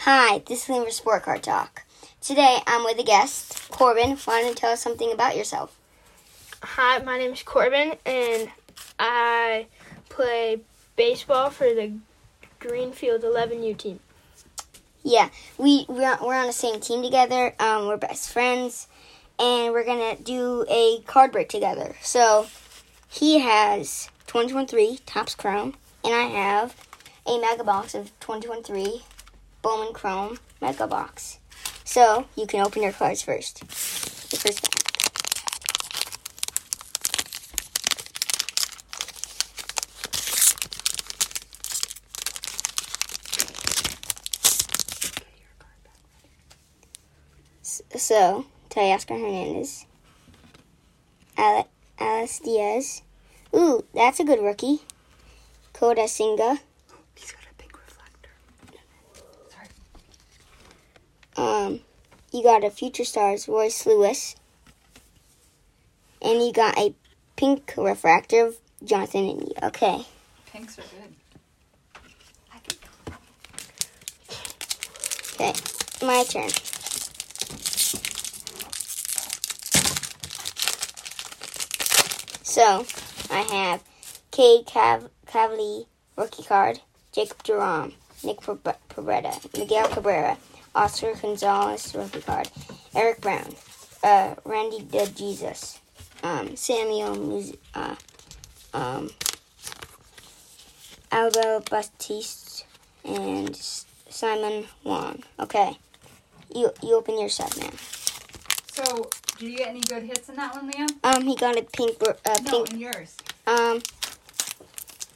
Hi, this is Liam for Sport Car Talk. Today I'm with a guest, Corbin. Why don't you tell us something about yourself? Hi, my name is Corbin, and I play baseball for the Greenfield 11U team. Yeah, we we're on, we're on the same team together. Um, we're best friends, and we're gonna do a card break together. So he has 2213 Topps Chrome, and I have a mega box of 2213 Bowman Chrome mega box. So you can open your cards first. The first pack. So, Teoscar Hernandez. Ale- Alice Diaz. Ooh, that's a good rookie. Koda Singa. He's got a big reflector. Um, you got a Future Stars Royce Lewis. And you got a pink refractor of Jonathan Indy. Okay. Pinks are good. Okay, my turn. So, I have Cade Cav- Cavali, rookie card, Jacob Duram, Nick Prob- Probretta, Miguel Cabrera, Oscar Gonzalez, rookie card, Eric Brown, uh, Randy De Jesus, um, Samuel Mus- uh, um, Alba Baptiste, and S- Simon Wong. Okay, you you open your set now. So, did you get any good hits in that one, Liam? Um, he got a pink, br- uh, No, pink. in yours. Um,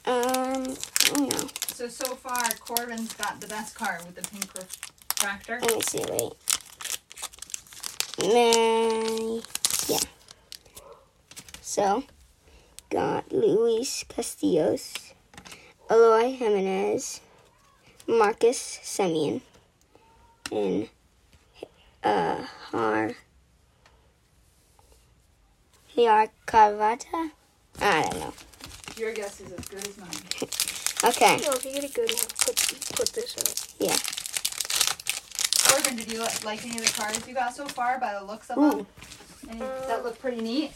um, you know, So, so far, Corbin's got the best card with the pink Oh. refractor. let me see. Wait, May, yeah. So, got Luis Castillos, Eloy Jimenez, Marcus Semyon, and uh, Har. Har Carvata? I don't know. Your guess is as good as mine. Okay. No, if you get a good one, put, put this in it. Corbin, did you li- like any of the cards you got so far by the looks of Ooh. them? Any that look pretty neat?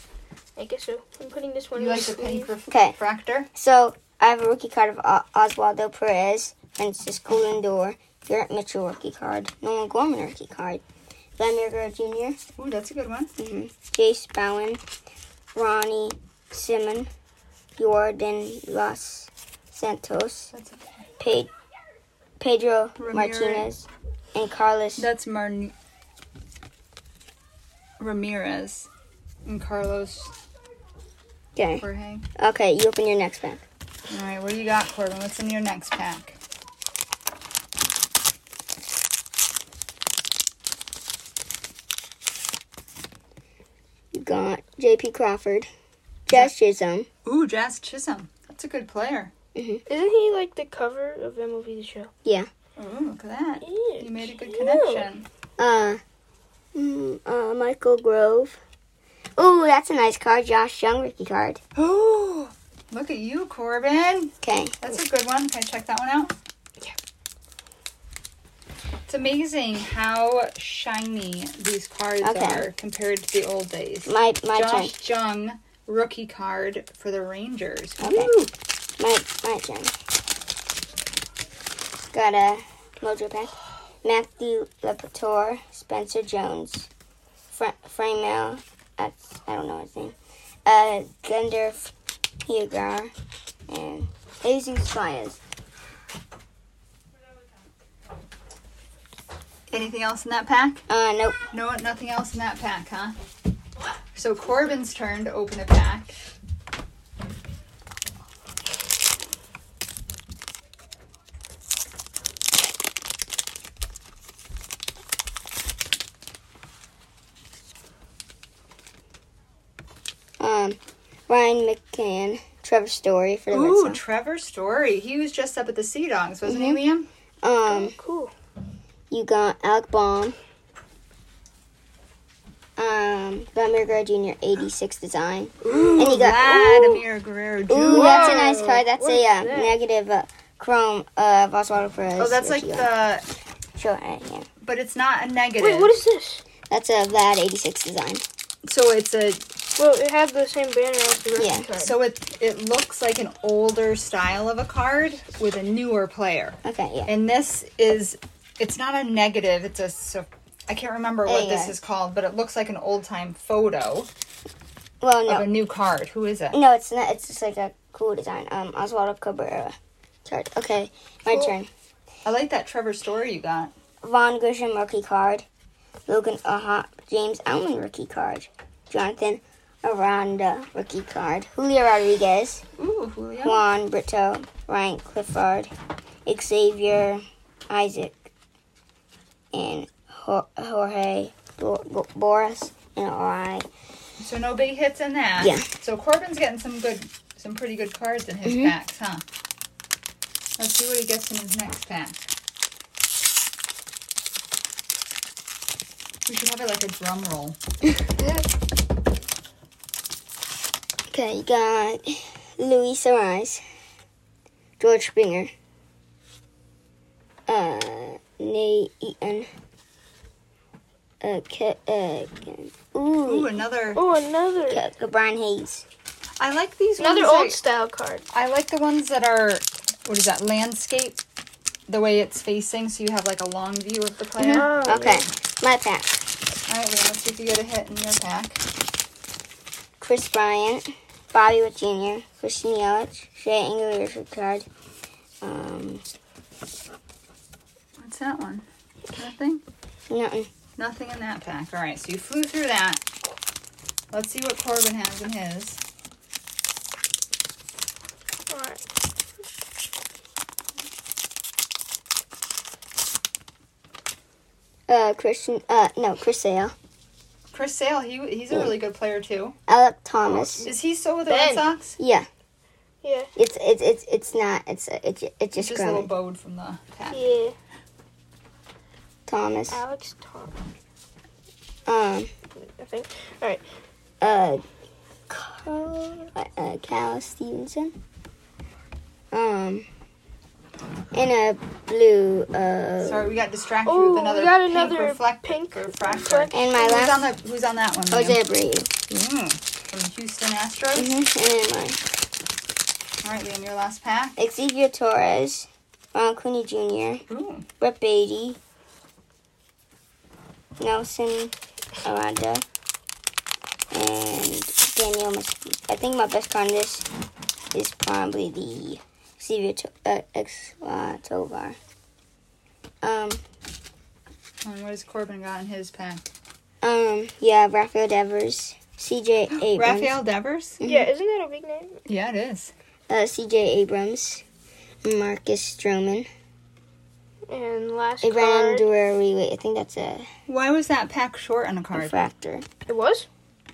I guess so. I'm putting this one You in like the the pink sleeve. ref- Okay. refractor? So I have a rookie card of O- Oswaldo Perez, Francisco Lindor, Garrett Mitchell rookie card, Nolan Gorman rookie card, Vladimir Guerrero Jr., Ooh, that's a good one. hmm Jace Bowen, Ronnie Simon, Jordan Los Santos, That's okay. Pe- Pedro Ramirez. Martinez, and Carlos. That's Marn Ramirez and Carlos Okay. Jorge. Okay, you open your next pack. All right, what do you got, Corbin? What's in your next pack? You got J.P. Crawford, Josh Chisholm. Ooh, Jazz Chisholm. That's a good player. Isn't he like the cover of MLB The Show? Ooh, look at that. He is. You made a good Yeah. connection. Uh, mm, uh, Michael Grove. Ooh, that's a nice card. Josh Young rookie card. Ooh, look at you, Corbin. Okay. That's a good one. Can I check that one out? Yeah. It's amazing how shiny these cards Okay. are compared to the old days. My my turn. Josh Jung, rookie card for the Rangers. Okay. Woo! My my turn. Got a mojo pack. Matthew Lepator, Spencer Jones, Fra- Framel. I, I don't know his name. Uh, Gunder Hugar, and Jesus Fires. Anything else in that pack? Uh, nope. No, nothing else in that pack, huh? So Corbin's turn to open a pack. Um, Ryan McCann, Trevor Story for the Red Ooh, Sox. Trevor Story. He was just up at the Sea Dogs, wasn't Mhm. he, Liam? Um, Cool. You got Alec Baum. Um, Vladimir Guerrero Jr. 86 design. Ooh, And he got- Vladimir Guerrero Jr. Ooh, that's a nice Whoa, card. That's what a is uh, that? negative uh, chrome uh, Oswaldo Perez. Oh, that's like rookie. the show it at the end. But it's not a negative. Wait, what is this? That's a Vlad 86 design. so it's a Well, it had the same banner as the rest Yeah, of the card. so it it looks like an older style of a card with a newer player. Okay, yeah. And this is it's not a negative, it's a su- I can't remember what this Yeah. is called, but it looks like an old-time photo Well, of no. a new card. Who is it? No, it's not. It's just like a cool design. Um, Oswaldo Cabrera. Chart. Okay, my Cool. turn. I like that Trevor Story you got. Von Grisham rookie card. Logan Aha, James Alman rookie card. Jonathan Aranda rookie card. Julio Rodriguez. Ooh, Julio. Juan Brito, Ryan Clifford, Xavier, Isaac, and Jo- Jorge Bo- Bo- Boris, and I. So no big hits in that. Yeah. So Corbin's getting some good, some pretty good cards in his Mhm. packs, huh? Let's see what he gets in his next pack. We should have it like a drum roll. Okay, you got Luis Arise, George Springer, uh, Nate Eaton, uh, Ke- uh, Ke- Ooh, ooh, another. oh, another Ke- Ke- Brian Hayes. I like these. another ones that- old style card. I like the ones that are, what is that landscape? The way it's facing, so you have like a long view of the player. Oh, Okay, my pack. All right, Leah, let's see if you get a hit in your pack. Chris Bryant, Bobby Witt Jr., Christine Yelich, Shea Ingram, Richard Card, um, What's that one? Nothing. nothing. Nothing in that pack. All right, so you flew through that. Let's see what Corbin has in his. Alright. Uh, Christian, uh, no, Chris Sale, Chris Sale, he he's a really good player too. Alec Thomas. Is he still with the Red Ben. Sox? Yeah, Yeah. it's it's it's it's not. It's it's it's just, Just, just a little Grumman. bowed from the pack. Yeah. Thomas. Alex Tom, Um, I think. Mm-hmm. uh, Carl, uh, Cal Stevenson. Um, in a blue. Uh, Sorry, we got distracted Oh, with we another got pink another reflect- pink refractor. reflect- and my Who's on last. the Who's on that one? Jose Abreu. Liam? Mm, from the Houston Astros. Mm-hmm. hmm And then my All right, Liam, your last pack. Xavier Torres, Ron Cooney Jr., Ooh, Brett Beatty, Nelson Aranda, and Daniel. Mesquite. I think my best card in this is probably the Xavier to- uh, X uh, Tovar. Um, and what has Corbin got in his pack? um, yeah, Rafael Devers, C.J. Abrams, Raphael Devers. Mhm. Yeah, isn't that a big name? Yeah, it is. uh, C.J. Abrams, Marcus Stroman, And last Abraham card. Dury. Wait, I think that's a Why was that pack short on a card? refractor. it was?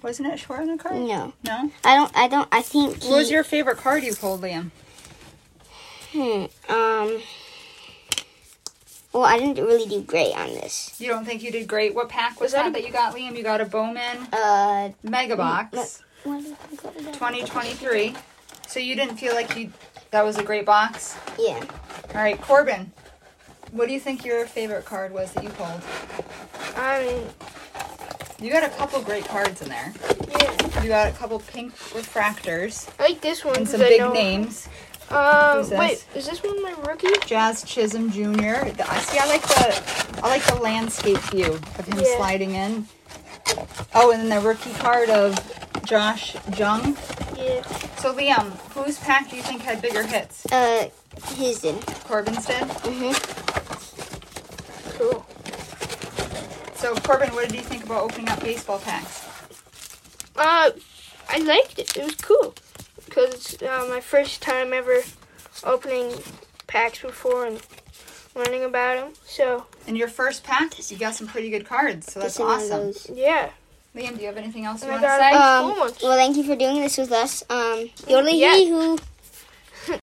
Wasn't it short on a card? No. No. I don't. I don't. I think. What was he- your favorite card you pulled, Liam? Hmm, um. Well, I didn't really do great on this. You don't think you did great? What pack was, Was that that a- that you got, Liam? You got a Bowman Uh. Mega Mm, Box what do you call that? 2023. So you didn't feel like you that was a great box. Yeah. All right, Corbin. What do you think your favorite card was that you pulled? I mean, You got a couple great cards in there. yeah. You got a couple pink refractors I like this one. and 'cause some I big know- names. Um, Who's this? wait, is this one my rookie? Jazz Chisholm Jr. The- I see. I like the I like the landscape view of him Yeah. sliding in. Oh, and then the rookie card of Josh Jung. Yeah. So Liam, whose pack do you think had bigger hits? Uh. His did. Corbin's did. Mhm. Cool. So Corbin, what did you think about opening up baseball packs? Uh, I liked it. It was cool. Because it's uh, my first time ever opening packs before and learning about them. So, In your first pack, you got some pretty good cards, so that's Just another awesome. those. yeah. Liam, do you have anything else you And I want to got say? a Um. cool one. Well, thank you for doing this with us. Um. Yodely Yeah. he who